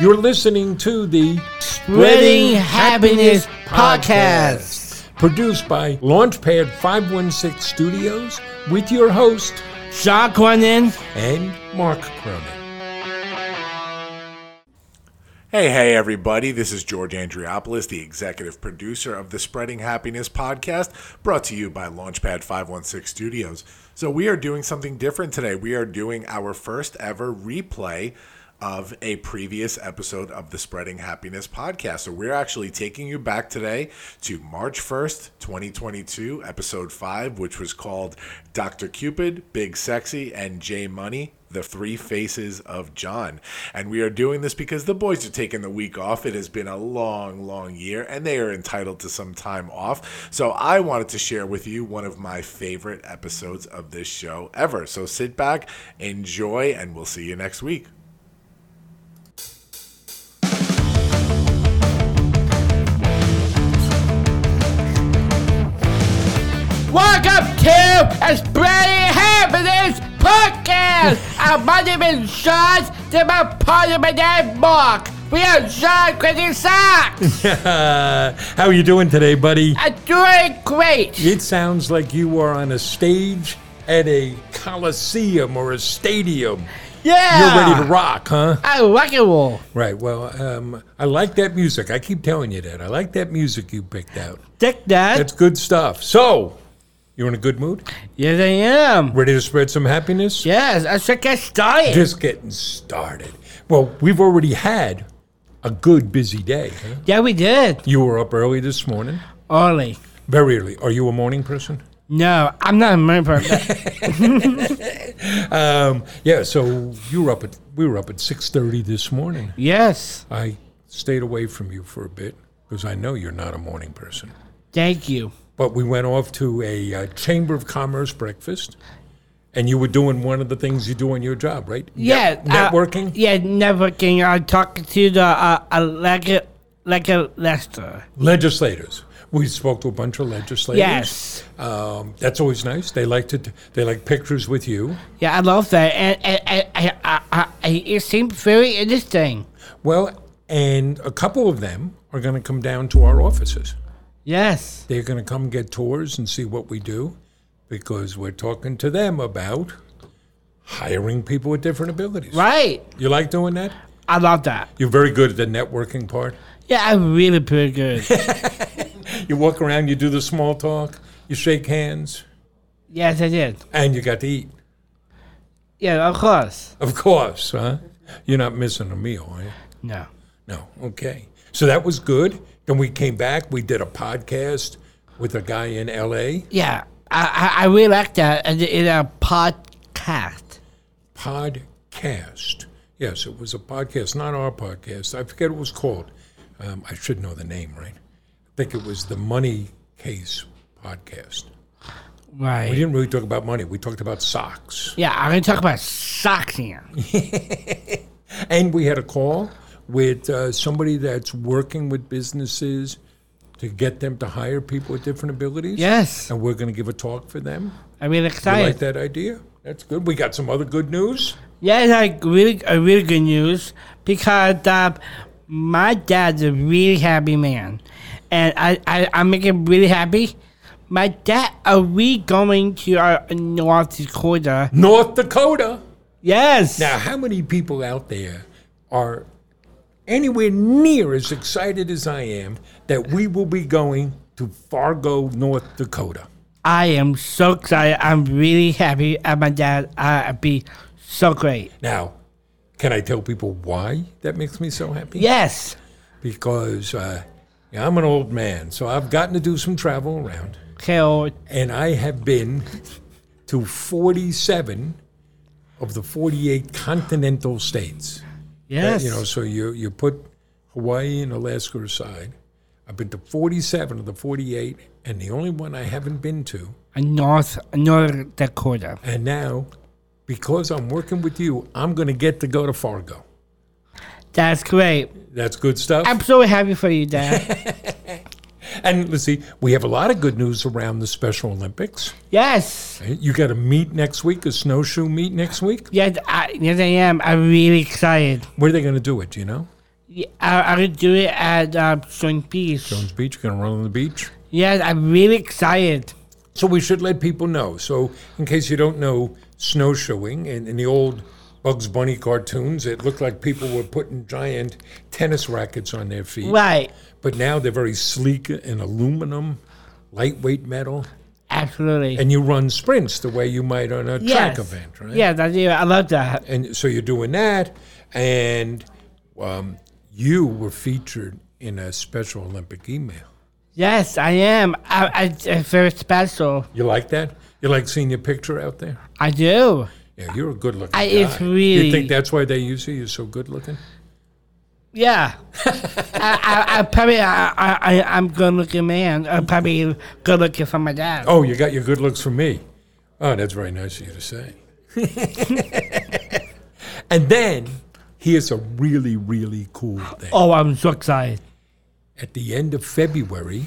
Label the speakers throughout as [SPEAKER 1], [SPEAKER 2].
[SPEAKER 1] You're listening to the
[SPEAKER 2] Spreading Happiness Podcast.
[SPEAKER 1] produced by Launchpad 516 Studios with your host
[SPEAKER 2] Jacques Cronin.
[SPEAKER 1] and Mark Cronin.
[SPEAKER 3] Hey, hey, everybody. This is George Andriopoulos, the executive producer of the Spreading Happiness podcast, brought to you by Launchpad 516 Studios. So, we are doing something different today. We are doing our first ever replay of a previous episode of the Spreading Happiness podcast. So, we're actually taking you back today to March 1st, 2022, episode 5, which was called Dr. Cupid, Big Sexy, and J Money the three faces of John. And we are doing this because the boys are taking the week off. It has been a long, long year, and they are entitled to some time off. So I wanted to share with you one of my favorite episodes of this show ever. So sit back, enjoy, and we'll see you next week.
[SPEAKER 2] Welcome to a Spreading Happiness Podcast. Uh, my name is Sean. To my partner, my name Mark. We are Sean Cronin Socks.
[SPEAKER 1] How are you doing today, buddy?
[SPEAKER 2] I'm doing great.
[SPEAKER 1] It sounds like you are on a stage at a coliseum or a stadium. You're
[SPEAKER 2] Yeah.
[SPEAKER 1] ready to rock, huh?
[SPEAKER 2] I rock and roll.
[SPEAKER 1] Right. Well, um, I like that music. I keep telling you that. I like that music you picked out.
[SPEAKER 2] Take that.
[SPEAKER 1] That's good stuff. So, you're in a good mood?
[SPEAKER 2] yes, I am.
[SPEAKER 1] Ready to spread some happiness?
[SPEAKER 2] Yes, I should get started.
[SPEAKER 1] Just getting started. Well, we've already had a good busy day. huh?
[SPEAKER 2] yeah, we did.
[SPEAKER 1] You were up early this morning,
[SPEAKER 2] Ollie.
[SPEAKER 1] very early. Are you a morning person?
[SPEAKER 2] No, I'm not a man person.
[SPEAKER 1] Um, yeah. So you were up at we were up at six thirty this morning.
[SPEAKER 2] yes.
[SPEAKER 1] I stayed away from you for a bit because I know you're not a morning person.
[SPEAKER 2] Thank you.
[SPEAKER 1] But we went off to a uh, chamber of commerce breakfast, and you were doing one of the things you do on your job, right?
[SPEAKER 2] Yeah,
[SPEAKER 1] Net-
[SPEAKER 2] uh,
[SPEAKER 1] networking.
[SPEAKER 2] yeah, networking. I'm talking to the uh, uh, like a like a Lester.
[SPEAKER 1] legislators. We spoke to a bunch of legislators.
[SPEAKER 2] Yes.
[SPEAKER 1] um, that's always nice. They like to they like pictures with you.
[SPEAKER 2] Yeah, I love that, and, and, and, and I, I, I, it seems very interesting.
[SPEAKER 1] Well, and a couple of them are going to come down to our offices.
[SPEAKER 2] Yes.
[SPEAKER 1] They're going to come get tours and see what we do, because we're talking to them about hiring people with different abilities.
[SPEAKER 2] Right.
[SPEAKER 1] You like doing that?
[SPEAKER 2] I love that.
[SPEAKER 1] You're very good at the networking part.
[SPEAKER 2] Yeah, I'm really pretty good.
[SPEAKER 1] You walk around, you do the small talk, you shake hands,
[SPEAKER 2] yes, I did.
[SPEAKER 1] and you got to eat.
[SPEAKER 2] Yeah, of course.
[SPEAKER 1] Of course, huh? You're not missing a meal, are you?
[SPEAKER 2] No.
[SPEAKER 1] No. Okay. So that was good. Then we came back. We did a podcast with a guy in L.A.
[SPEAKER 2] Yeah, I, I, I really like that in, in a podcast.
[SPEAKER 1] Podcast. Yes, it was a podcast, not our podcast. I forget what it was called. Um, I should know the name, right? I think it was the Money Case Podcast. We
[SPEAKER 2] Right.
[SPEAKER 1] didn't really talk about money. We talked about socks.
[SPEAKER 2] Yeah, I'm gonna talk about socks here.
[SPEAKER 1] And we had a call with uh, somebody that's working with businesses to get them to hire people with different abilities.
[SPEAKER 2] Yes,
[SPEAKER 1] And we're going to give a talk for them.
[SPEAKER 2] I'm really
[SPEAKER 1] You
[SPEAKER 2] excited.
[SPEAKER 1] like that idea? That's good. We got some other good news.
[SPEAKER 2] Yeah, it's like really, a really good news because uh, my dad's a really happy man, and I, I, I make him really happy. My dad, are we going to our North Dakota?
[SPEAKER 1] North Dakota.
[SPEAKER 2] Yes.
[SPEAKER 1] Now, how many people out there are anywhere near as excited as I am that we will be going to Fargo, North Dakota?
[SPEAKER 2] I am so excited. I'm really happy at my dad. I'd be so great.
[SPEAKER 1] Now, can I tell people why that makes me so happy?
[SPEAKER 2] Yes.
[SPEAKER 1] Because uh, yeah, I'm an old man, so I've gotten to do some travel around.
[SPEAKER 2] So
[SPEAKER 1] and I have been to 47 of the 48 continental states.
[SPEAKER 2] yes.
[SPEAKER 1] You know, so you, you put Hawaii and Alaska aside. I've been to 47 of the 48, and the only one I haven't been to.
[SPEAKER 2] North North Dakota.
[SPEAKER 1] And now, because I'm working with you, I'm going to get to go to Fargo.
[SPEAKER 2] That's great.
[SPEAKER 1] That's good stuff.
[SPEAKER 2] I'm so happy for you, Dad.
[SPEAKER 1] and let's see, we have a lot of good news around the Special Olympics. Eh,
[SPEAKER 2] yes.
[SPEAKER 1] You got a meet next week, a snowshoe meet next week.
[SPEAKER 2] Yes, I, yes, I am. I'm really excited.
[SPEAKER 1] Where are they going to do it? Do you know?
[SPEAKER 2] I, I would do it at uh, Stone Beach.
[SPEAKER 1] Jones Beach, you're going to run on the beach?
[SPEAKER 2] Yes, I'm really excited.
[SPEAKER 1] So we should let people know. So in case you don't know, snowshoeing in, in the old Bugs Bunny cartoons, it looked like people were putting giant tennis rackets on their feet.
[SPEAKER 2] Right.
[SPEAKER 1] But now they're very sleek and aluminum, lightweight metal,
[SPEAKER 2] Absolutely.
[SPEAKER 1] and you run sprints the way you might on a track
[SPEAKER 2] yes.
[SPEAKER 1] event, right?
[SPEAKER 2] Yeah, that's it. I love that.
[SPEAKER 1] And so you're doing that, and um, you were featured in a Special Olympic email.
[SPEAKER 2] Yes, I am. I, I, it's very special.
[SPEAKER 1] You like that? You like seeing your picture out there?
[SPEAKER 2] I do.
[SPEAKER 1] Yeah, you're a good looking
[SPEAKER 2] I-
[SPEAKER 1] guy.
[SPEAKER 2] it's
[SPEAKER 1] You
[SPEAKER 2] really-
[SPEAKER 1] think that's why they use you? You're so good looking?
[SPEAKER 2] Yeah. I, I, I probably, I, I, I- I'm good looking man. I'm probably good looking for my dad.
[SPEAKER 1] Oh, you got your good looks from me. Oh, that's very nice of you to say. and then here's a really, really cool thing.
[SPEAKER 2] Oh, I'm so excited.
[SPEAKER 1] At the end of February,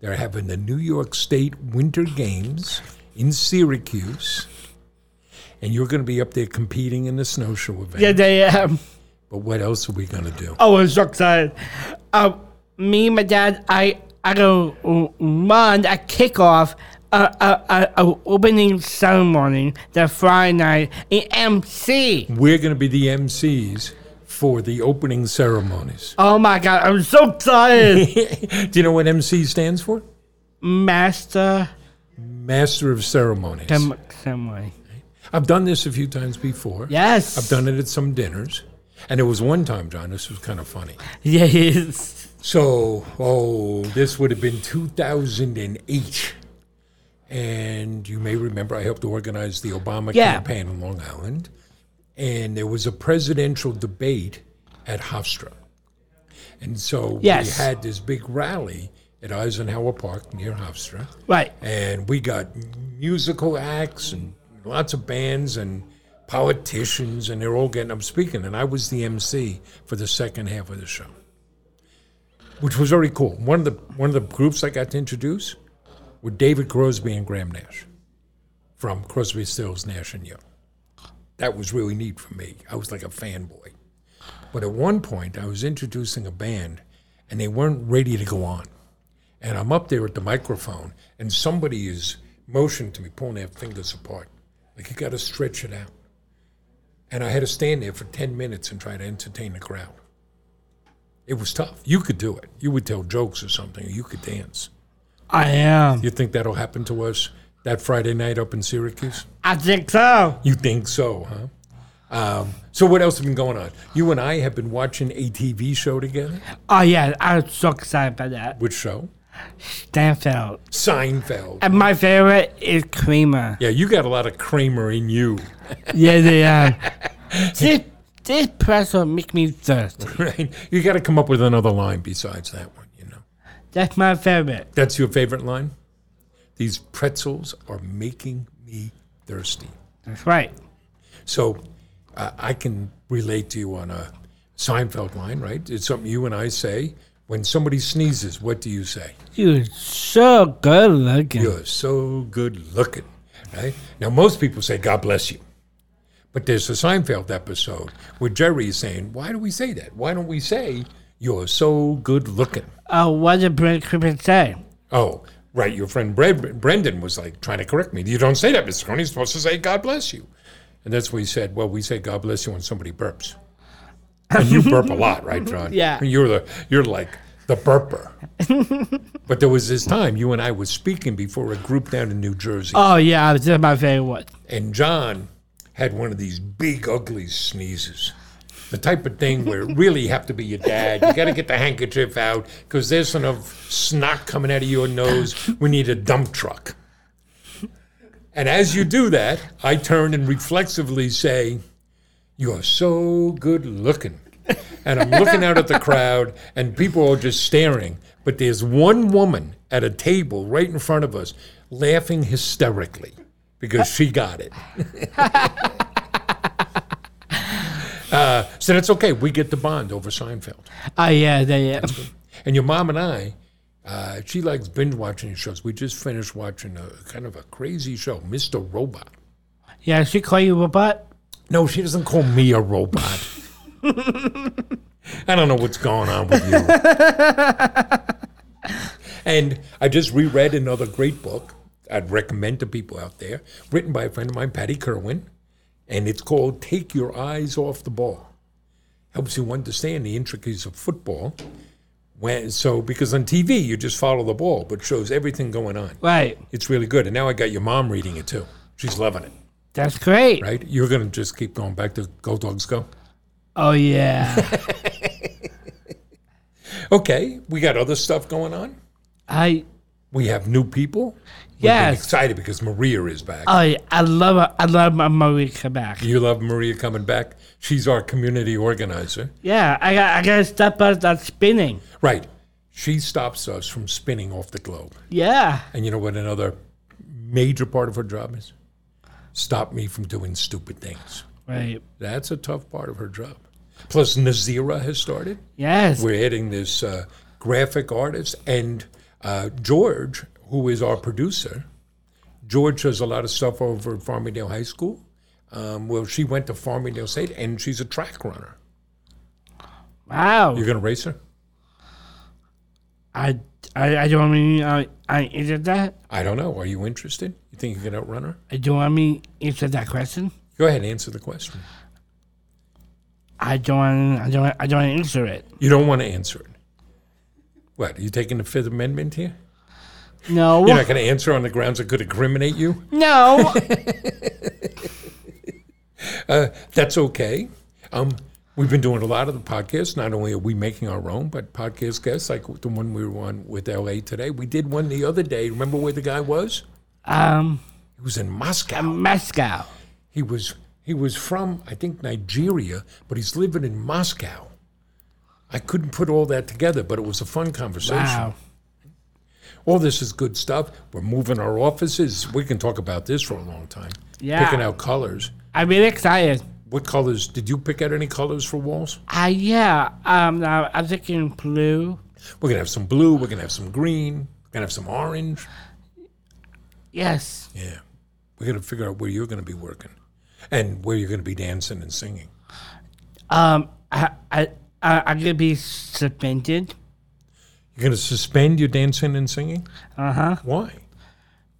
[SPEAKER 1] they're having the New York State Winter Games in Syracuse. And you're going to be up there competing in the snowshoe event.
[SPEAKER 2] Yeah, they am.
[SPEAKER 1] But what else are we going to do?
[SPEAKER 2] Oh, I'm so excited. Um, me and my dad, I, I go run a kickoff, a, a, a, a opening ceremony, the Friday night in MC.
[SPEAKER 1] We're going to be the MCs for the opening ceremonies.
[SPEAKER 2] Oh my God, I'm so excited.
[SPEAKER 1] Do you know what MC stands for?
[SPEAKER 2] Master
[SPEAKER 1] Master of Ceremonies.
[SPEAKER 2] Sem- Semway.
[SPEAKER 1] I've done this a few times before.
[SPEAKER 2] Yes.
[SPEAKER 1] I've done it at some dinners. And there was one time, John, this was kind of funny.
[SPEAKER 2] Yes.
[SPEAKER 1] So, oh, this would have been 2008. And you may remember I helped organize the Obama
[SPEAKER 2] Yeah.
[SPEAKER 1] campaign in Long Island. And there was a presidential debate at Hofstra. And so
[SPEAKER 2] Yes.
[SPEAKER 1] we had this big rally at Eisenhower Park near Hofstra.
[SPEAKER 2] Right.
[SPEAKER 1] and we got musical acts and lots of bands and politicians and they're all getting up speaking and i was the mc for the second half of the show which was very cool one of the one of the groups i got to introduce were david crosby and graham nash from crosby stills nash and young that was really neat for me i was like a fanboy but at one point i was introducing a band and they weren't ready to go on and I'm up there at the microphone, and somebody is motioning to me, pulling their fingers apart. Like, you got to stretch it out. And I had to stand there for 10 minutes and try to entertain the crowd. It was tough. You could do it. You would tell jokes or something, or you could dance.
[SPEAKER 2] I am.
[SPEAKER 1] You think that'll happen to us that Friday night up in Syracuse?
[SPEAKER 2] I think so.
[SPEAKER 1] You think so, huh? Um, so, what else has been going on? You and I have been watching a TV show together.
[SPEAKER 2] Oh, yeah. I'm so excited about that.
[SPEAKER 1] Which show?
[SPEAKER 2] Stanfield.
[SPEAKER 1] Seinfeld.
[SPEAKER 2] And my favorite is Creamer.
[SPEAKER 1] yeah, you got a lot of Kramer in you.
[SPEAKER 2] yeah, they are. this, this pretzel make me thirsty.
[SPEAKER 1] Right. You got to come up with another line besides that one, you know.
[SPEAKER 2] That's my favorite.
[SPEAKER 1] That's your favorite line? These pretzels are making me thirsty.
[SPEAKER 2] That's right.
[SPEAKER 1] So uh, I can relate to you on a Seinfeld line, right? It's something you and I say. When somebody sneezes, what do you say?
[SPEAKER 2] You're so good looking.
[SPEAKER 1] You're so good looking, right? Now, most people say, God bless you. But there's a Seinfeld episode where Jerry is saying, Why do we say that? Why don't we say, You're so good looking?
[SPEAKER 2] Oh, what did Brent Creamer say?
[SPEAKER 1] Oh, right. Your friend Bred- Brendan was like trying to correct me. You don't say that, Mr. Coney. You're supposed to say God bless you. And that's what he said. Well, we say God bless you when somebody burps. And you burp a lot, right, John?
[SPEAKER 2] Yeah.
[SPEAKER 1] You're the you're like the burper. but there was this time you and I was speaking before a group down in New Jersey,
[SPEAKER 2] Oh, yeah. This is my favorite one.
[SPEAKER 1] and John had one of these big ugly sneezes. The type of thing where it really you have to be your dad. You got to get the handkerchief out because there's enough snot coming out of your nose. We need a dump truck. And as you do that, I turn and reflexively say, You're so good looking. And I'm looking out at the crowd, and people are just staring. But there's one woman at a table right in front of us laughing hysterically because she got it. Uh, so that's okay. We get the bond over Seinfeld.
[SPEAKER 2] Oh, yeah, they are.
[SPEAKER 1] And your mom and I, uh, she likes binge watching shows. We just finished watching a kind of a crazy show, Mr. Robot.
[SPEAKER 2] Yeah, she call you robot?
[SPEAKER 1] No, she doesn't call me a robot. I don't know what's going on with you. and I just reread another great book I'd recommend to people out there, written by a friend of mine, Patty Kerwin, and it's called Take Your Eyes Off the Ball. Helps you understand the intricacies of football. When, so, because on TV, you just follow the ball, but shows everything going on.
[SPEAKER 2] Right.
[SPEAKER 1] It's really good. And now I got your mom reading it too. She's loving it,
[SPEAKER 2] That's great.
[SPEAKER 1] right? You're going to just keep going back to Go Dogs Go.
[SPEAKER 2] Oh yeah.
[SPEAKER 1] Okay, we got other stuff going on.
[SPEAKER 2] I
[SPEAKER 1] We have new people. We've been
[SPEAKER 2] Yes.
[SPEAKER 1] excited because Maria is back.
[SPEAKER 2] oh yeah. I love her. I love my Marie back.
[SPEAKER 1] you love Maria coming back. She's our community organizer.
[SPEAKER 2] Yeah. I got I gotta stop us that spinning.
[SPEAKER 1] Right. She stops us from spinning off the globe.
[SPEAKER 2] Yeah.
[SPEAKER 1] And you know what another major part of her job is? Stop me from doing stupid things.
[SPEAKER 2] Right.
[SPEAKER 1] That's a tough part of her job. Plus, Nazira has started.
[SPEAKER 2] Yes.
[SPEAKER 1] We're adding this uh, graphic artist and uh, George, who is our producer. George does a lot of stuff over at Farmingdale High School. Um, well, she went to Farmingdale State, and she's a track runner.
[SPEAKER 2] Wow.
[SPEAKER 1] You're going to race her?
[SPEAKER 2] I I, I don't mean I I answered that.
[SPEAKER 1] I don't know. Are you interested? You think you can outrun her?
[SPEAKER 2] I don't Uh, want me answer that question.
[SPEAKER 1] Go ahead, answer the question.
[SPEAKER 2] I don't wanna- I don't I don't wanna answer it.
[SPEAKER 1] You don't want to answer it. What? Are you taking the Fifth Amendment here?
[SPEAKER 2] No.
[SPEAKER 1] You're not going to answer on the grounds it could incriminate you?
[SPEAKER 2] No.
[SPEAKER 1] That's okay. Um, we've been doing a lot of the podcasts. Not only are we making our own, but podcast guests like the one we were on with LA today. We did one the other day. Remember where the guy was?
[SPEAKER 2] um
[SPEAKER 1] He was in Moscow.
[SPEAKER 2] Moscow.
[SPEAKER 1] He was he was from I think Nigeria, but he's living in Moscow. I couldn't put all that together, but it was a fun conversation.
[SPEAKER 2] Wow.
[SPEAKER 1] All this is good stuff. We're moving our offices. We can talk about this for a long time.
[SPEAKER 2] Yeah.
[SPEAKER 1] Picking out colors.
[SPEAKER 2] I'm really excited.
[SPEAKER 1] What colors? Did you pick out any colors for walls?
[SPEAKER 2] Uh, yeah. Um I- I'm thinking blue.
[SPEAKER 1] We're gonna have some blue. We're gonna have some green. We're gonna have some orange.
[SPEAKER 2] Yes.
[SPEAKER 1] Yeah, we're gonna figure out where you're gonna be working, and where you're gonna be dancing and singing.
[SPEAKER 2] Um I I, I I'm gonna be suspended.
[SPEAKER 1] You're gonna suspend your dancing and singing.
[SPEAKER 2] Uh huh.
[SPEAKER 1] Why?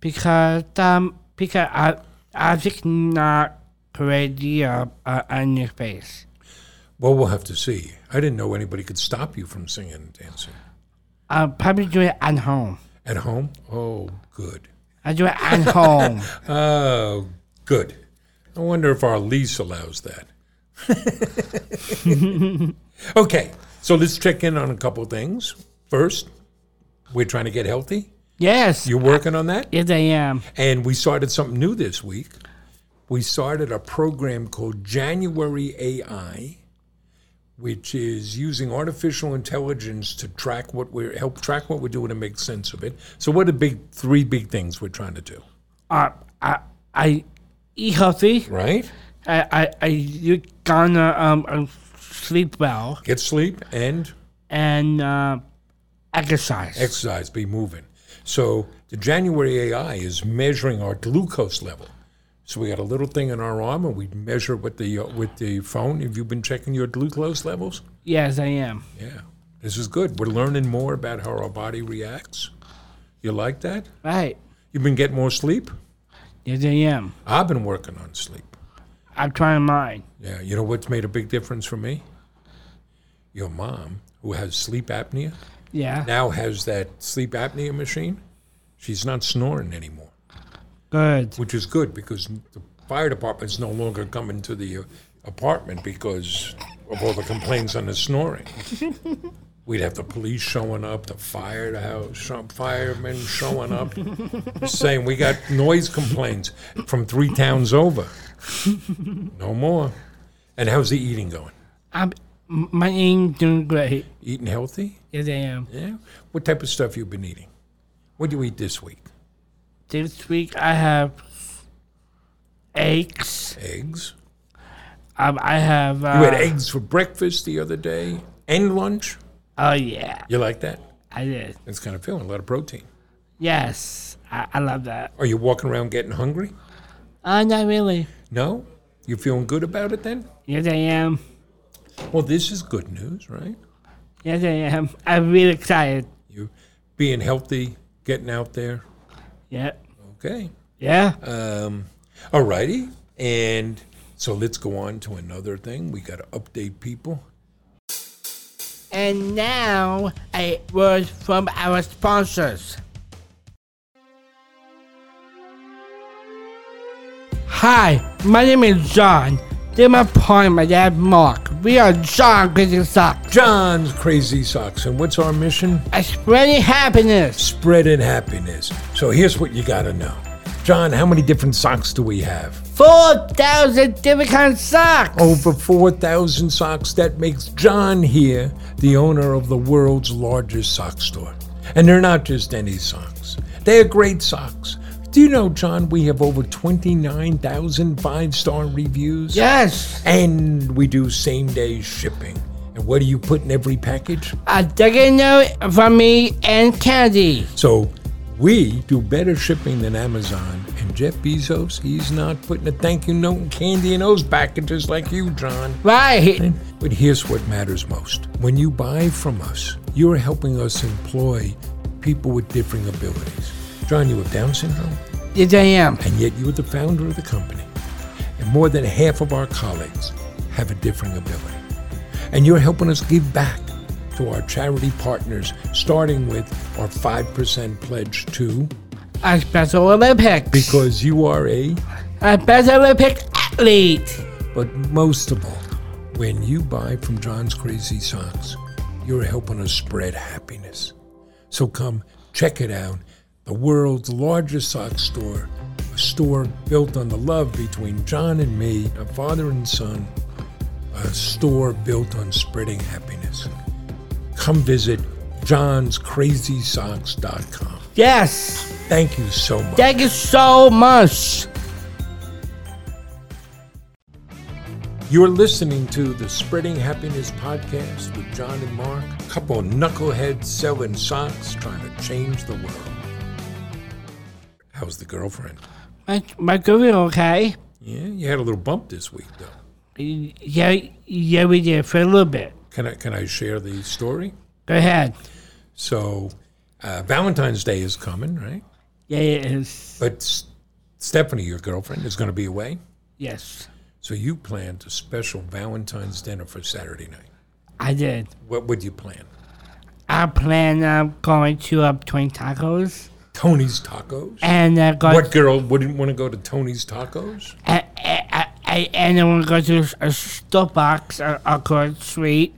[SPEAKER 2] because um because I I think not crazy uh, uh, on your face.
[SPEAKER 1] Well, we'll have to see. I didn't know anybody could stop you from singing and dancing
[SPEAKER 2] I Uh, probably do it at home.
[SPEAKER 1] at home. Oh, good.
[SPEAKER 2] I do it at home.
[SPEAKER 1] Oh, good. I wonder if our lease allows that. okay, so let's check in on a couple things. First, we're trying to get healthy.
[SPEAKER 2] Yes.
[SPEAKER 1] You're working on that?
[SPEAKER 2] Yes, I am.
[SPEAKER 1] And we started something new this week. We started a program called January AI, which is using artificial intelligence to track what we're help track what we're doing and make sense of it. So what are the big three big things we're trying to do?
[SPEAKER 2] Uh, I I eat healthy.
[SPEAKER 1] Right?
[SPEAKER 2] I I, I you gonna um, um sleep well
[SPEAKER 1] Get sleep and
[SPEAKER 2] and uh, exercise.
[SPEAKER 1] exercise, be moving. So the January AI is measuring our glucose level. So we got a little thing in our arm, and we measure with the uh, with the phone. Have you been checking your glucose levels?
[SPEAKER 2] yes, I am.
[SPEAKER 1] Yeah, this is good. We're learning more about how our body reacts. You like that?
[SPEAKER 2] Right.
[SPEAKER 1] You've been getting more sleep?
[SPEAKER 2] Yes, I am.
[SPEAKER 1] I've been working on sleep.
[SPEAKER 2] I'm trying mine.
[SPEAKER 1] Yeah, you know what's made a big difference for me? Your mom, who has sleep apnea,
[SPEAKER 2] Yeah.
[SPEAKER 1] now has that sleep apnea machine. She's not snoring anymore,
[SPEAKER 2] Good.
[SPEAKER 1] which is good because the fire department's no longer coming to the uh, apartment because of all the complaints on the snoring. We'd have the police showing up, the fire house, some firemen showing up, saying we got noise complaints from three towns over. No more. And how's the eating going?
[SPEAKER 2] I'm m- my eating's doing great.
[SPEAKER 1] Eating healthy?
[SPEAKER 2] Yes, I am.
[SPEAKER 1] Yeah. What type of stuff you been eating? What do you eat this week?
[SPEAKER 2] This week I have eggs.
[SPEAKER 1] Eggs.
[SPEAKER 2] Um, I have. Uh,
[SPEAKER 1] You had eggs for breakfast the other day and lunch.
[SPEAKER 2] Oh yeah,
[SPEAKER 1] You like that?
[SPEAKER 2] I did.
[SPEAKER 1] It's kind of feeling a lot of protein.
[SPEAKER 2] Yes, I, I love that.
[SPEAKER 1] Are you walking around getting hungry?
[SPEAKER 2] Uh, not really.
[SPEAKER 1] No? You feeling good about it then?
[SPEAKER 2] Yes, I am.
[SPEAKER 1] Well, Well, this is good news, right?
[SPEAKER 2] Yes, I am. I'm really excited.
[SPEAKER 1] You being healthy, getting out there.
[SPEAKER 2] Yeah.
[SPEAKER 1] Okay.
[SPEAKER 2] Yeah.
[SPEAKER 1] All righty. And so let's go on to another thing. We got to update people.
[SPEAKER 2] And now a word from our sponsors. Hi, my name is John. They're my partner, my dad Mark. We are John Crazy Sock.
[SPEAKER 1] John's Crazy Socks. And what's our mission?
[SPEAKER 2] A spreading happiness.
[SPEAKER 1] Spreading happiness. So here's what you got to know. John, how many different socks do we have?
[SPEAKER 2] 4,000 different kinds of socks.
[SPEAKER 1] Over 4,000 socks. That makes John here the owner of the world's largest sock store. And they're not just any socks, they are great socks. Do you know, John, we have over 29,000 five star reviews?
[SPEAKER 2] Yes.
[SPEAKER 1] And we do same day shipping. And what do you put in every package?
[SPEAKER 2] A decade note from me and Candy.
[SPEAKER 1] So we do better shipping than Amazon. And Jeff Bezos, he's not putting a thank you note and candy in those packages like you, John.
[SPEAKER 2] Right.
[SPEAKER 1] But here's what matters most. When you buy from us, you're helping us employ people with differing abilities. John, you have Down syndrome,
[SPEAKER 2] Yes, I am.
[SPEAKER 1] and yet you are the founder of the company. And more than half of our colleagues have a differing ability. And you're helping us give back to our charity partners, starting with our 5% pledge to,
[SPEAKER 2] A Special Olympics.
[SPEAKER 1] because you are a,
[SPEAKER 2] A Special Olympic athlete.
[SPEAKER 1] but most of all, when you buy from John's Crazy Socks, you're helping us spread happiness. So come check it out. The world's largest sock store, a store built on the love between John and me, a father and son, a store built on spreading happiness. Come visit johnscrazysocks.com.
[SPEAKER 2] Yes.
[SPEAKER 1] Thank you so much.
[SPEAKER 2] Thank you so much.
[SPEAKER 1] You're listening to the Spreading Happiness podcast with John and Mark, a couple of knuckleheads selling socks trying to change the world. How's the girlfriend?
[SPEAKER 2] My my girlfriend okay?
[SPEAKER 1] Yeah, you had a little bump this week though.
[SPEAKER 2] Yeah, yeah, we did for a little bit.
[SPEAKER 1] Can I can I share the story?
[SPEAKER 2] Go ahead.
[SPEAKER 1] So, uh, Valentine's Day is coming, right?
[SPEAKER 2] Yeah, yes,
[SPEAKER 1] But S- Stephanie, your girlfriend, is going to be away,
[SPEAKER 2] yes,
[SPEAKER 1] so you planned a special Valentine's dinner for Saturday night.
[SPEAKER 2] I did.
[SPEAKER 1] What would you plan?
[SPEAKER 2] I plan on going to up twenty tacos
[SPEAKER 1] Tony's Tacos.
[SPEAKER 2] and uh, go
[SPEAKER 1] What girl wouldn't want to go to Tony's Tacos?
[SPEAKER 2] I, I, I, and then we'll go to a Starbucks uh, across the street,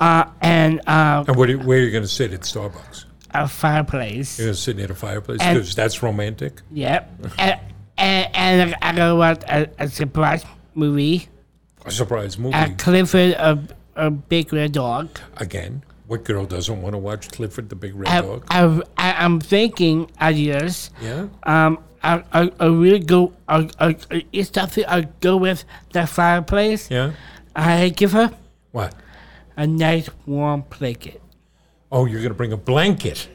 [SPEAKER 2] uh, and uh,
[SPEAKER 1] And what, where are you going to sit at Starbucks?
[SPEAKER 2] a fireplace.
[SPEAKER 1] You're going to sit near the fireplace
[SPEAKER 2] And-
[SPEAKER 1] because that's romantic.
[SPEAKER 2] Yep. and, and, and I go watch a, a surprise movie
[SPEAKER 1] A surprise movie.
[SPEAKER 2] at Clifford, a, a big red dog.
[SPEAKER 1] Again, what girl doesn't want to watch Clifford the Big Red
[SPEAKER 2] I,
[SPEAKER 1] Dog?
[SPEAKER 2] I, I, I'm thinking ideas.
[SPEAKER 1] yeah.
[SPEAKER 2] Um, I, I, I really go. I, I, I- it's something I go with the fireplace.
[SPEAKER 1] Yeah.
[SPEAKER 2] I give her
[SPEAKER 1] What?
[SPEAKER 2] a nice warm blanket.
[SPEAKER 1] Oh, you're going to bring a blanket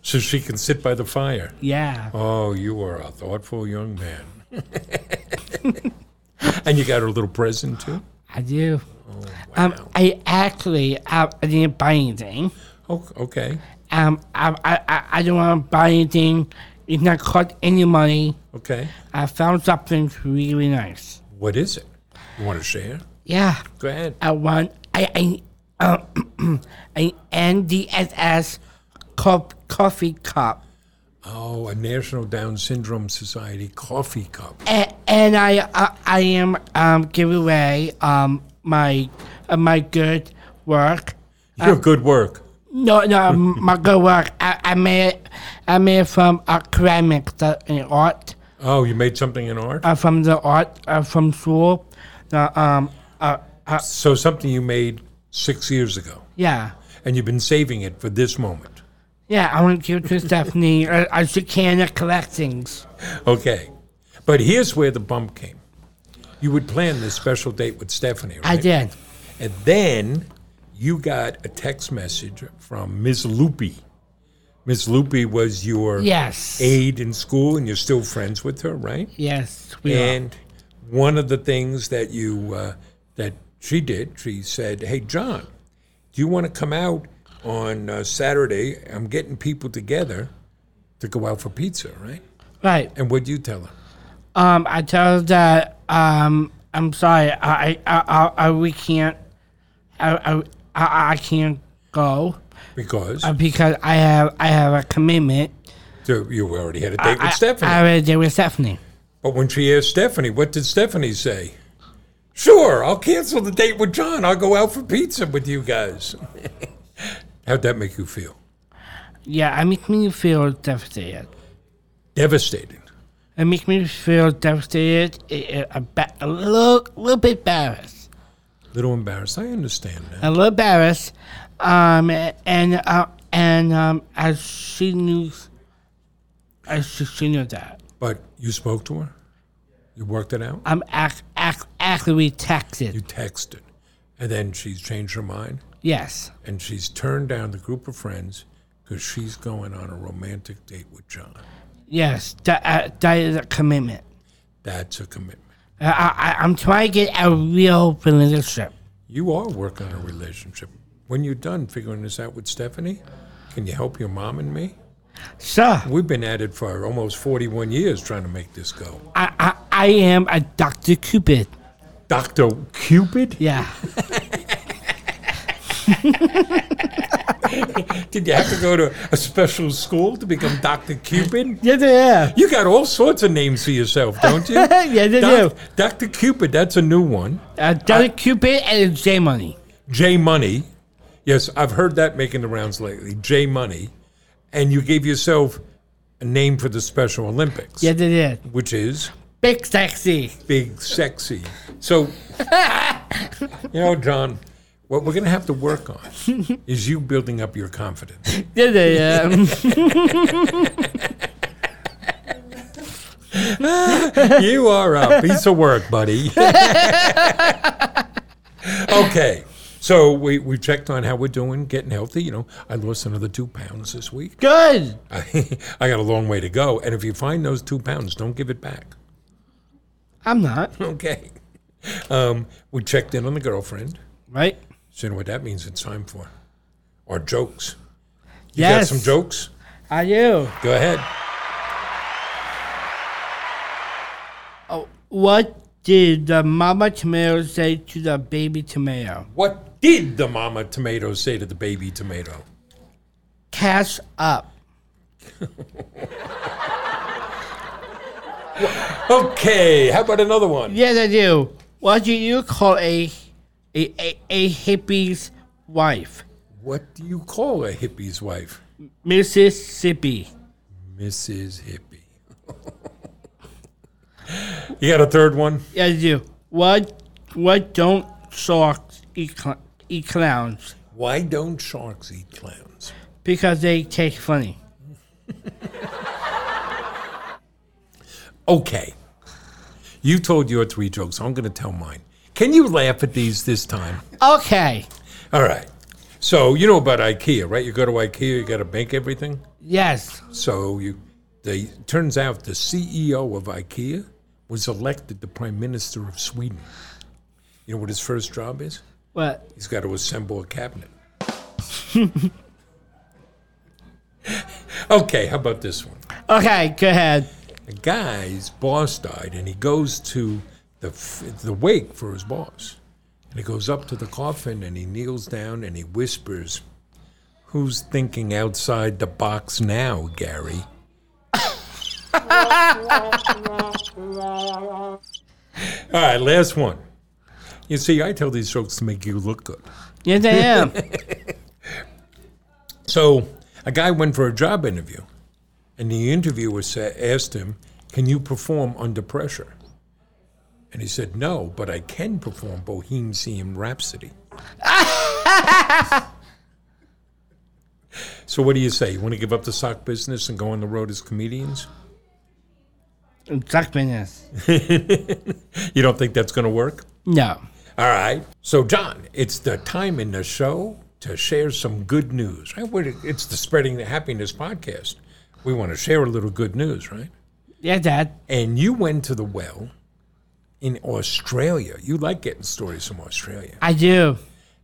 [SPEAKER 1] so she can sit by the fire.
[SPEAKER 2] Yeah.
[SPEAKER 1] Oh, you are a thoughtful young man. and you got her a little present too?
[SPEAKER 2] I do.
[SPEAKER 1] Oh,
[SPEAKER 2] Um, I actually I, I didn't buy anything.
[SPEAKER 1] Oh, okay.
[SPEAKER 2] Um, I I, I, I don't want to buy anything. It's not cost any money.
[SPEAKER 1] Okay.
[SPEAKER 2] I found something really nice.
[SPEAKER 1] What is it? You want to share?
[SPEAKER 2] Yeah,
[SPEAKER 1] Go ahead.
[SPEAKER 2] I want I I um, an NDSS cup, coffee cup,
[SPEAKER 1] Oh, a National Down Syndrome Society coffee cup.
[SPEAKER 2] and, and I, I I am um giving away um my uh, my good work.
[SPEAKER 1] Your good work.
[SPEAKER 2] No, no, m- my good work. I, I made it, I made it from uh, ceramics uh, and art.
[SPEAKER 1] Oh, you made something in art?
[SPEAKER 2] Uh, from the art uh, from school. Uh, um, uh,
[SPEAKER 1] So something you made six years ago,
[SPEAKER 2] yeah.
[SPEAKER 1] and you've been saving it for this moment.
[SPEAKER 2] Yeah, I want to give to Stephanie a, a can of collectings.
[SPEAKER 1] Okay, but here's where the bump came. You would plan this special date with Stephanie, right?
[SPEAKER 2] I did.
[SPEAKER 1] And then you got a text message from Ms. Loopy. Ms. Loopy was your
[SPEAKER 2] Yes.
[SPEAKER 1] aide in school, and you're still friends with her, right?
[SPEAKER 2] Yes, we are.
[SPEAKER 1] And one of the things that you uh, that She did. She said, "Hey, John, do you want to come out on uh, Saturday? I'm getting people together to go out for pizza, right?"
[SPEAKER 2] Right.
[SPEAKER 1] And what'd you tell her?
[SPEAKER 2] Um, I tell her that um, I'm sorry. I, I, I, I we can't. I, I, I, I can't go
[SPEAKER 1] Because
[SPEAKER 2] uh, because I have I have a commitment.
[SPEAKER 1] so you already had a date
[SPEAKER 2] I,
[SPEAKER 1] with Stephanie.
[SPEAKER 2] I already did with Stephanie.
[SPEAKER 1] but when she asked Stephanie, what did Stephanie say? Sure, I'll cancel the date with John. I'll go out for pizza with you guys. How'd that make you feel?
[SPEAKER 2] Yeah, it makes me feel devastated.
[SPEAKER 1] Devastated.
[SPEAKER 2] It makes me feel devastated. eh, eh, A, ba- a little, little bit embarrassed.
[SPEAKER 1] little embarrassed. I understand that.
[SPEAKER 2] A little embarrassed. Um, eh, and uh, and um, as she knew, as she, she knew that.
[SPEAKER 1] But you spoke to her? You worked it out?
[SPEAKER 2] I'm act, act, um, actually
[SPEAKER 1] You
[SPEAKER 2] texted.
[SPEAKER 1] texted. And then she's changed her mind
[SPEAKER 2] Yes.
[SPEAKER 1] and she's turned down the group of friends because she's going on a romantic date with John.
[SPEAKER 2] Yes, that uh, that is a commitment.
[SPEAKER 1] That's a commitment.
[SPEAKER 2] I, I I'm trying to get a real relationship.
[SPEAKER 1] You are working on a relationship. When you're done figuring this out with Stephanie, can you help your mom and me?
[SPEAKER 2] Sir,
[SPEAKER 1] We've been at it for almost 41 years trying to make this go.
[SPEAKER 2] I I, I am a Doctor Cupid.
[SPEAKER 1] Dr. Cupid?
[SPEAKER 2] Yeah.
[SPEAKER 1] Did you have to go to a special school to become Dr. Cupid?
[SPEAKER 2] yes, yeah.
[SPEAKER 1] You got all sorts of names for yourself, don't you?
[SPEAKER 2] Yes, I do.
[SPEAKER 1] Dr. Cupid, that's a new one.
[SPEAKER 2] Uh, Doctor Cupid and J Money.
[SPEAKER 1] J Money. Yes, I've heard that making the rounds lately. J Money. And you gave yourself a name for the Special Olympics,
[SPEAKER 2] Yes, it is.
[SPEAKER 1] which is
[SPEAKER 2] Big sexy.
[SPEAKER 1] Big Sexy. So, you know, John, what we're going to have to work on is you building up your confidence.
[SPEAKER 2] Yes, I am.
[SPEAKER 1] You are a piece of work, buddy. okay. So we, we checked on how we're doing, getting healthy. You know, I lost another two pounds this week.
[SPEAKER 2] Good.
[SPEAKER 1] I, I got a long way to go. And if you find those two pounds, don't give it back.
[SPEAKER 2] I'm not
[SPEAKER 1] Okay. Um, we checked in on the girlfriend.
[SPEAKER 2] right.
[SPEAKER 1] So you know what that means it's time for? Our jokes. You
[SPEAKER 2] yes.
[SPEAKER 1] got some jokes?
[SPEAKER 2] Are you?
[SPEAKER 1] Go ahead.
[SPEAKER 2] Oh, What did the mama tomato say to the baby tomato?
[SPEAKER 1] What did the mama tomato say to the baby tomato?
[SPEAKER 2] Cash up.
[SPEAKER 1] Okay, how about another one?
[SPEAKER 2] Yes, I do. What do you call a a, a, a hippie's wife?
[SPEAKER 1] What do you call a hippie's wife?
[SPEAKER 2] Mississippi.
[SPEAKER 1] Mrs. Hippie. you got a third one?
[SPEAKER 2] Yes, I do. What what don't sharks eat, cl- eat clowns?
[SPEAKER 1] Why don't sharks eat clowns?
[SPEAKER 2] Because they taste funny.
[SPEAKER 1] Okay. You told your three jokes. I'm going to tell mine. Can you laugh at these this time?
[SPEAKER 2] Okay.
[SPEAKER 1] All right. So you know about IKEA, right? You go to IKEA, you got to bank everything.
[SPEAKER 2] Yes.
[SPEAKER 1] So you, they turns out the CEO of IKEA was elected the prime minister of Sweden. You know what his first job is?
[SPEAKER 2] What?
[SPEAKER 1] He's got to assemble a cabinet. okay, how about this one?
[SPEAKER 2] Okay. Go ahead.
[SPEAKER 1] a guy's boss died, and he goes to the f- the wake for his boss, and he goes up to the coffin and he kneels down and he whispers, "Who's thinking outside the box now, Gary?" All right, last one. You see, I tell these jokes to make you look good.
[SPEAKER 2] Yes, I am.
[SPEAKER 1] So a guy went for a job interview, and the interviewer sa- asked him, "Can you perform under pressure?" And he said, "No, but I can perform Bohemian Rhapsody." so what do you say? You want to give up the sock business and go on the road as comedians?
[SPEAKER 2] Duck business.
[SPEAKER 1] You don't think that's going to work?
[SPEAKER 2] No.
[SPEAKER 1] All right. So, John, it's the time in the show to share some good news. Right? We're- It's the Spreading the Happiness podcast. We want to share a little good news, right?
[SPEAKER 2] Yeah, Dad.
[SPEAKER 1] And you went to the well in Australia. You like getting stories from Australia.
[SPEAKER 2] I do.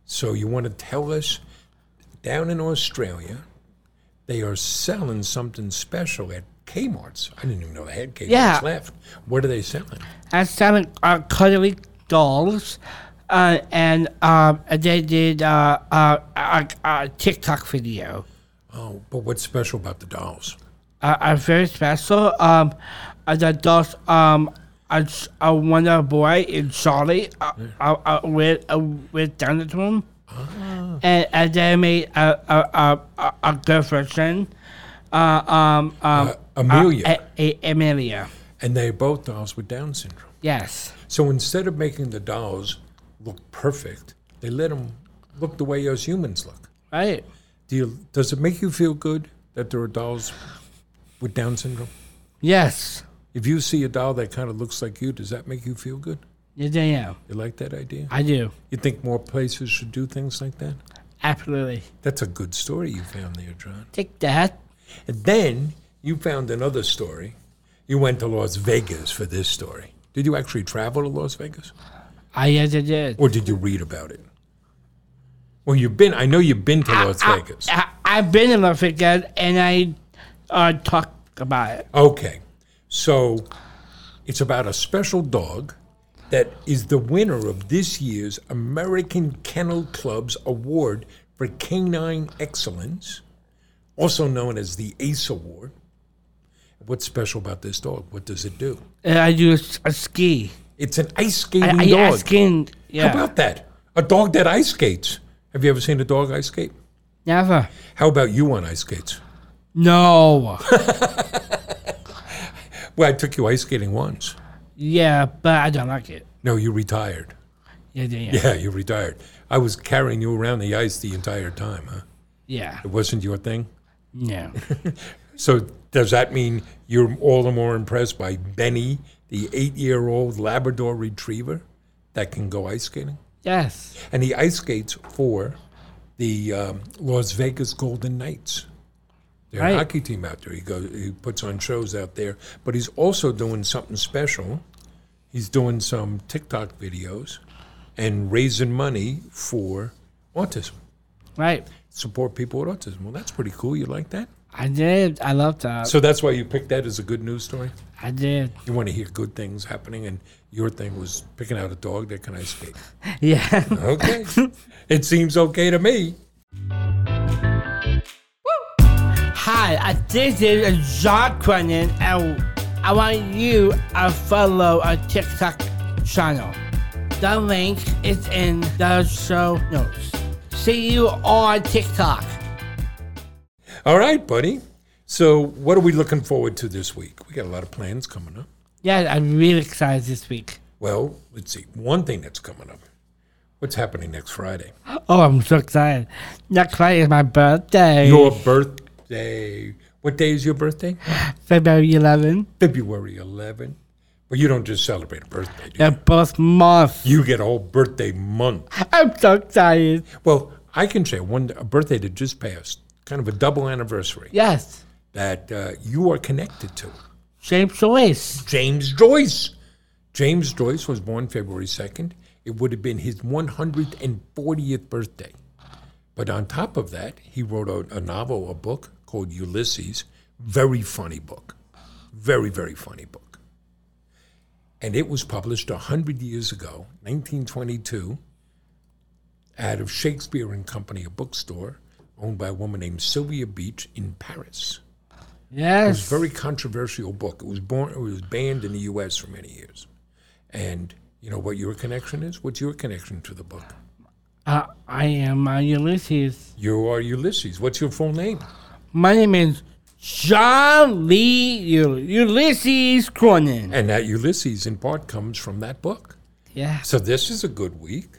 [SPEAKER 1] So you want to tell us down in Australia, they are selling something special at Kmart's. I didn't even know they had Kmart's
[SPEAKER 2] Yeah.
[SPEAKER 1] left. What are they selling?
[SPEAKER 2] I selling uh, cuddly dolls, uh, and um, they did uh, uh, a, a TikTok video.
[SPEAKER 1] Oh, but what's special about the dolls?
[SPEAKER 2] Uh, are very special. Um, uh, the dolls. Um, a, a wonder boy in Charlie uh, uh, uh, with uh, with down to him,
[SPEAKER 1] Ah.
[SPEAKER 2] and, and they made a a a, a, a good version. Uh, um, um,
[SPEAKER 1] Uh, Amelia.
[SPEAKER 2] uh, a, a, Amelia.
[SPEAKER 1] and they're both dolls with Down syndrome.
[SPEAKER 2] Yes.
[SPEAKER 1] So instead of making the dolls look perfect, they let them look the way us humans look.
[SPEAKER 2] Right.
[SPEAKER 1] Do you, does it make you feel good that there are dolls with Down syndrome?
[SPEAKER 2] Yes.
[SPEAKER 1] If you see a doll that kind of looks like you, does that make you feel good?
[SPEAKER 2] Yes, I am.
[SPEAKER 1] You like that idea?
[SPEAKER 2] I do.
[SPEAKER 1] You think more places should do things like that?
[SPEAKER 2] Absolutely.
[SPEAKER 1] That's a good story you found there, John.
[SPEAKER 2] Take that.
[SPEAKER 1] And then you found another story. You went to Las Vegas for this story. Did you actually travel to Las Vegas?
[SPEAKER 2] I Ah, yes, I did.
[SPEAKER 1] Or did you read about it? Well, you've been, I know you've been to Las Vegas.
[SPEAKER 2] I, I've been in Las Vegas and I uh, talked about it.
[SPEAKER 1] Okay. So it's about a special dog that is the winner of this year's American Kennel Club's award for canine excellence, also known as the ACE Award. What's special about this dog? What does it do?
[SPEAKER 2] And I do a, s- a ski.
[SPEAKER 1] It's an ice skating
[SPEAKER 2] I, I, I
[SPEAKER 1] dog.
[SPEAKER 2] skinned. Yeah.
[SPEAKER 1] How about that? A dog that ice skates. Have you ever seen a dog ice skate?
[SPEAKER 2] Never.
[SPEAKER 1] How about you on ice skates?
[SPEAKER 2] No.
[SPEAKER 1] Well, I took you ice skating once.
[SPEAKER 2] yeah, but I don't like it.
[SPEAKER 1] No, you retired.
[SPEAKER 2] Yeah, yeah, yeah.
[SPEAKER 1] Yeah, you retired. I was carrying you around the ice the entire time, huh?
[SPEAKER 2] Yeah.
[SPEAKER 1] It wasn't your thing?
[SPEAKER 2] No.
[SPEAKER 1] So does that mean you're all the more impressed by Benny, the eight year old Labrador retriever that can go ice skating?
[SPEAKER 2] yes.
[SPEAKER 1] And he ice skates for the um, Las Vegas Golden Knights. They're
[SPEAKER 2] Right.
[SPEAKER 1] a hockey team out there. He goes, he puts on shows out there, but he's also doing something special. He's doing some TikTok videos and raising money for autism.
[SPEAKER 2] Right.
[SPEAKER 1] Support people with autism. Well, that's pretty cool. You like that?
[SPEAKER 2] I did. I love that.
[SPEAKER 1] So that's why you picked that as a good news story.
[SPEAKER 2] I did.
[SPEAKER 1] You want to hear good things happening, and your thing was picking out a dog that can ice skate.
[SPEAKER 2] Yeah.
[SPEAKER 1] Okay, it seems okay to me.
[SPEAKER 2] Hi, I- this is John Cronin, and I want you to follow our TikTok channel. The link is in the show notes. See you on TikTok.
[SPEAKER 1] All right, buddy. So, what are we looking forward to this week? We got a lot of plans coming up.
[SPEAKER 2] Yeah, I'm really excited this week.
[SPEAKER 1] Well, let's see. One thing that's coming up. What's happening next Friday?
[SPEAKER 2] Oh, I'm so excited. Next Friday is my birthday.
[SPEAKER 1] Your birthday. What day is your birthday?
[SPEAKER 2] February 11th.
[SPEAKER 1] February 11th. But you don't just celebrate a birthday, do you?
[SPEAKER 2] The birth month.
[SPEAKER 1] You get a whole birthday month.
[SPEAKER 2] I'm so excited.
[SPEAKER 1] Well, I can say one a birthday that just passed, kind of a double anniversary
[SPEAKER 2] Yes,
[SPEAKER 1] that uh, you are connected to.
[SPEAKER 2] same choice.
[SPEAKER 1] James Joyce. James Joyce was born February 2nd. It would have been his 140th birthday. But on top of that, he wrote a, a novel, a book called Ulysses. Very funny book. Very, very funny book. And it was published 100 years ago, 1922, out of Shakespeare and Company, a bookstore owned by a woman named Sylvia Beach in Paris
[SPEAKER 2] Yes.
[SPEAKER 1] very controversial book. It was born, it was banned in the U.S. for many years. And you know what your connection is? What's your connection to the book?
[SPEAKER 2] Uh, I am uh, Ulysses.
[SPEAKER 1] You are Ulysses. What's your full name?
[SPEAKER 2] My name is John Lee U- Ulysses Cronin.
[SPEAKER 1] And that Ulysses, in part, comes from that book.
[SPEAKER 2] Yeah.
[SPEAKER 1] So this is a good week.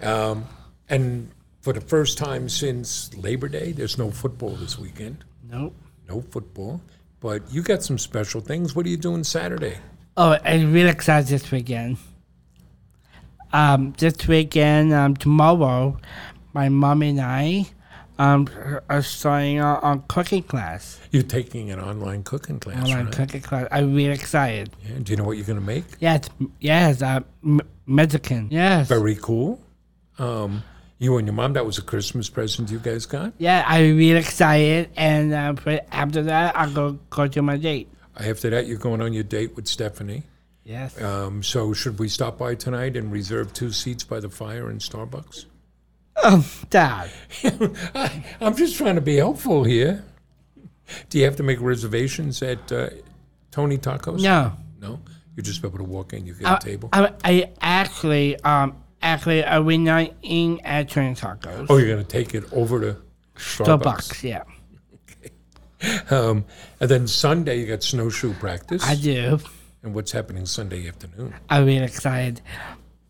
[SPEAKER 1] Um, and for the first time since Labor Day, there's no football this weekend.
[SPEAKER 2] Nope.
[SPEAKER 1] No football. But you got some special things. What are you doing Saturday?
[SPEAKER 2] Oh, I'm really excited this weekend. Um, this weekend, um, tomorrow, my mom and I um, are starting on, on cooking class.
[SPEAKER 1] You're taking an online cooking class,
[SPEAKER 2] Online
[SPEAKER 1] right?
[SPEAKER 2] cooking class. I'm really excited.
[SPEAKER 1] Yeah. Do you know what you're going to make?
[SPEAKER 2] Yes, yes, uh, m- Mexican. Yes.
[SPEAKER 1] Very cool. Um, you and your mom, that was a Christmas present you guys got?
[SPEAKER 2] Yeah, I'm really excited. And uh, pr- after that, I'll go, go to my date.
[SPEAKER 1] After that, you're going on your date with Stephanie.
[SPEAKER 2] Yes.
[SPEAKER 1] Um, so should we stop by tonight and reserve two seats by the fire in Starbucks?
[SPEAKER 2] Oh, Dad.
[SPEAKER 1] I, I'm just trying to be helpful here. Do you have to make reservations at uh, Tony Tacos?
[SPEAKER 2] No. Uh,
[SPEAKER 1] No? You're just able to walk in, you get a table?
[SPEAKER 2] I, I actually, um, actually, uh, we're not in at Trinity Tacos.
[SPEAKER 1] oh, you're going to take it over to
[SPEAKER 2] the
[SPEAKER 1] Starbucks.
[SPEAKER 2] Bucks, yeah.
[SPEAKER 1] Um, and then Sunday, you got snowshoe practice.
[SPEAKER 2] I do.
[SPEAKER 1] and what's happening Sunday afternoon?
[SPEAKER 2] I'm really excited.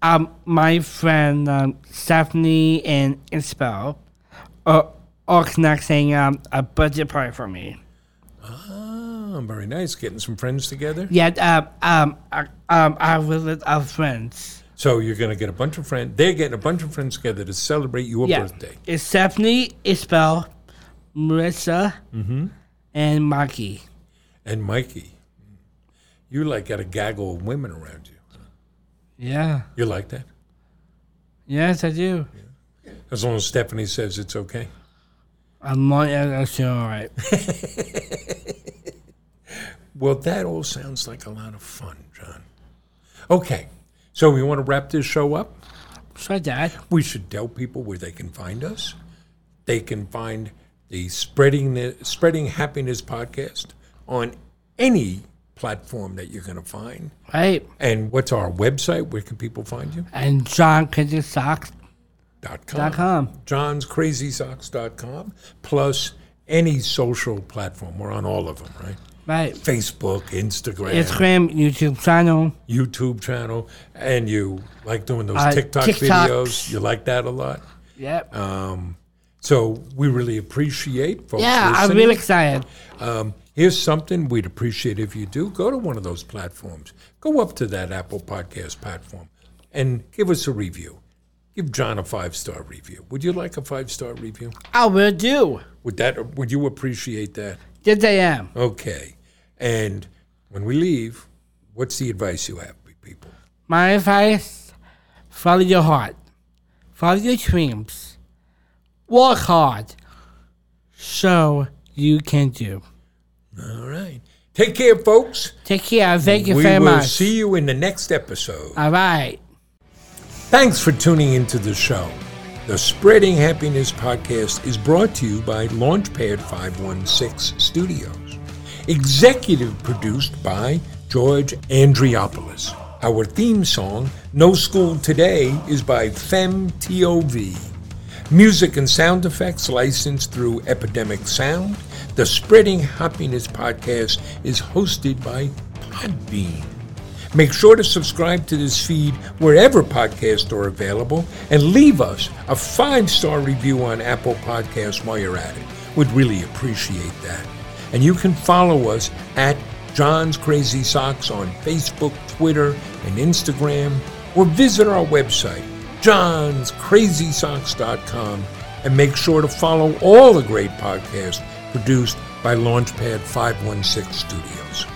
[SPEAKER 2] Um, my friend um, Stephanie and Isabel are, are conducting um, a budget party for me.
[SPEAKER 1] Ah, very nice. Getting some friends together.
[SPEAKER 2] Yeah, um, um, I- um, I visit our friends.
[SPEAKER 1] So you're going to get a bunch of friends. They're getting a bunch of friends together to celebrate your
[SPEAKER 2] Yeah,
[SPEAKER 1] birthday.
[SPEAKER 2] it's Stephanie, Isabel, Marissa,
[SPEAKER 1] Mm-hmm.
[SPEAKER 2] and Maki.
[SPEAKER 1] And Mikey, you like got a gaggle of women around you.
[SPEAKER 2] Yeah,
[SPEAKER 1] You like that?
[SPEAKER 2] yes, I do.
[SPEAKER 1] As long as Stephanie says it's okay.
[SPEAKER 2] I'm not that's all right.
[SPEAKER 1] Well, that all sounds like a lot of fun, John. Okay, so we want to wrap this show up.
[SPEAKER 2] So, Dad,
[SPEAKER 1] We should tell people where they can find us. They can find the Spreading the Spreading Happiness podcast on any platform that you're going to find.
[SPEAKER 2] right?
[SPEAKER 1] And what's our website? Where can people find you?
[SPEAKER 2] And John Socks.com.
[SPEAKER 1] Dot com. johnscrazysocks.com plus any social platform. We're on all of them, right?
[SPEAKER 2] Right.
[SPEAKER 1] Facebook, Instagram,
[SPEAKER 2] Instagram, YouTube channel.
[SPEAKER 1] YouTube channel, and you like doing those
[SPEAKER 2] Uh,
[SPEAKER 1] TikTok
[SPEAKER 2] TikToks.
[SPEAKER 1] videos. You like that a lot.
[SPEAKER 2] Yep.
[SPEAKER 1] Oh, So we really appreciate folks
[SPEAKER 2] yeah, I'm
[SPEAKER 1] listening.
[SPEAKER 2] really excited.
[SPEAKER 1] Um, here's something we'd appreciate if you do go to one of those platforms. Go up to that Apple Podcast platform and give us a review. Give John a five star review. Would you like a five star review?
[SPEAKER 2] I will do.
[SPEAKER 1] Would that? Would you appreciate that?
[SPEAKER 2] Yes, I am.
[SPEAKER 1] Okay. And when we leave, what's the advice you have for people?
[SPEAKER 2] My advice follow your heart, follow your dreams, work hard so you can do.
[SPEAKER 1] All right. Take care, folks.
[SPEAKER 2] Take care. Thank you
[SPEAKER 1] we
[SPEAKER 2] very
[SPEAKER 1] will
[SPEAKER 2] much.
[SPEAKER 1] see you in the next episode.
[SPEAKER 2] All right.
[SPEAKER 1] Thanks for tuning into the show. The Spreading Happiness podcast is brought to you by Launchpad 516 Studios. Executive produced by George Andriopoulos. Our theme song, No School Today, is by FemTOV. Music and sound effects licensed through Epidemic Sound. The Spreading Happiness podcast is hosted by Podbean. Make sure to subscribe to this feed wherever podcasts are available and leave us a five star review on Apple Podcasts while you're at it. We'd really appreciate that. And you can follow us at John's Crazy Socks on Facebook, Twitter, and Instagram, or visit our website, johnscrazysocks.com, and make sure to follow all the great podcasts produced by Launchpad 516 Studios.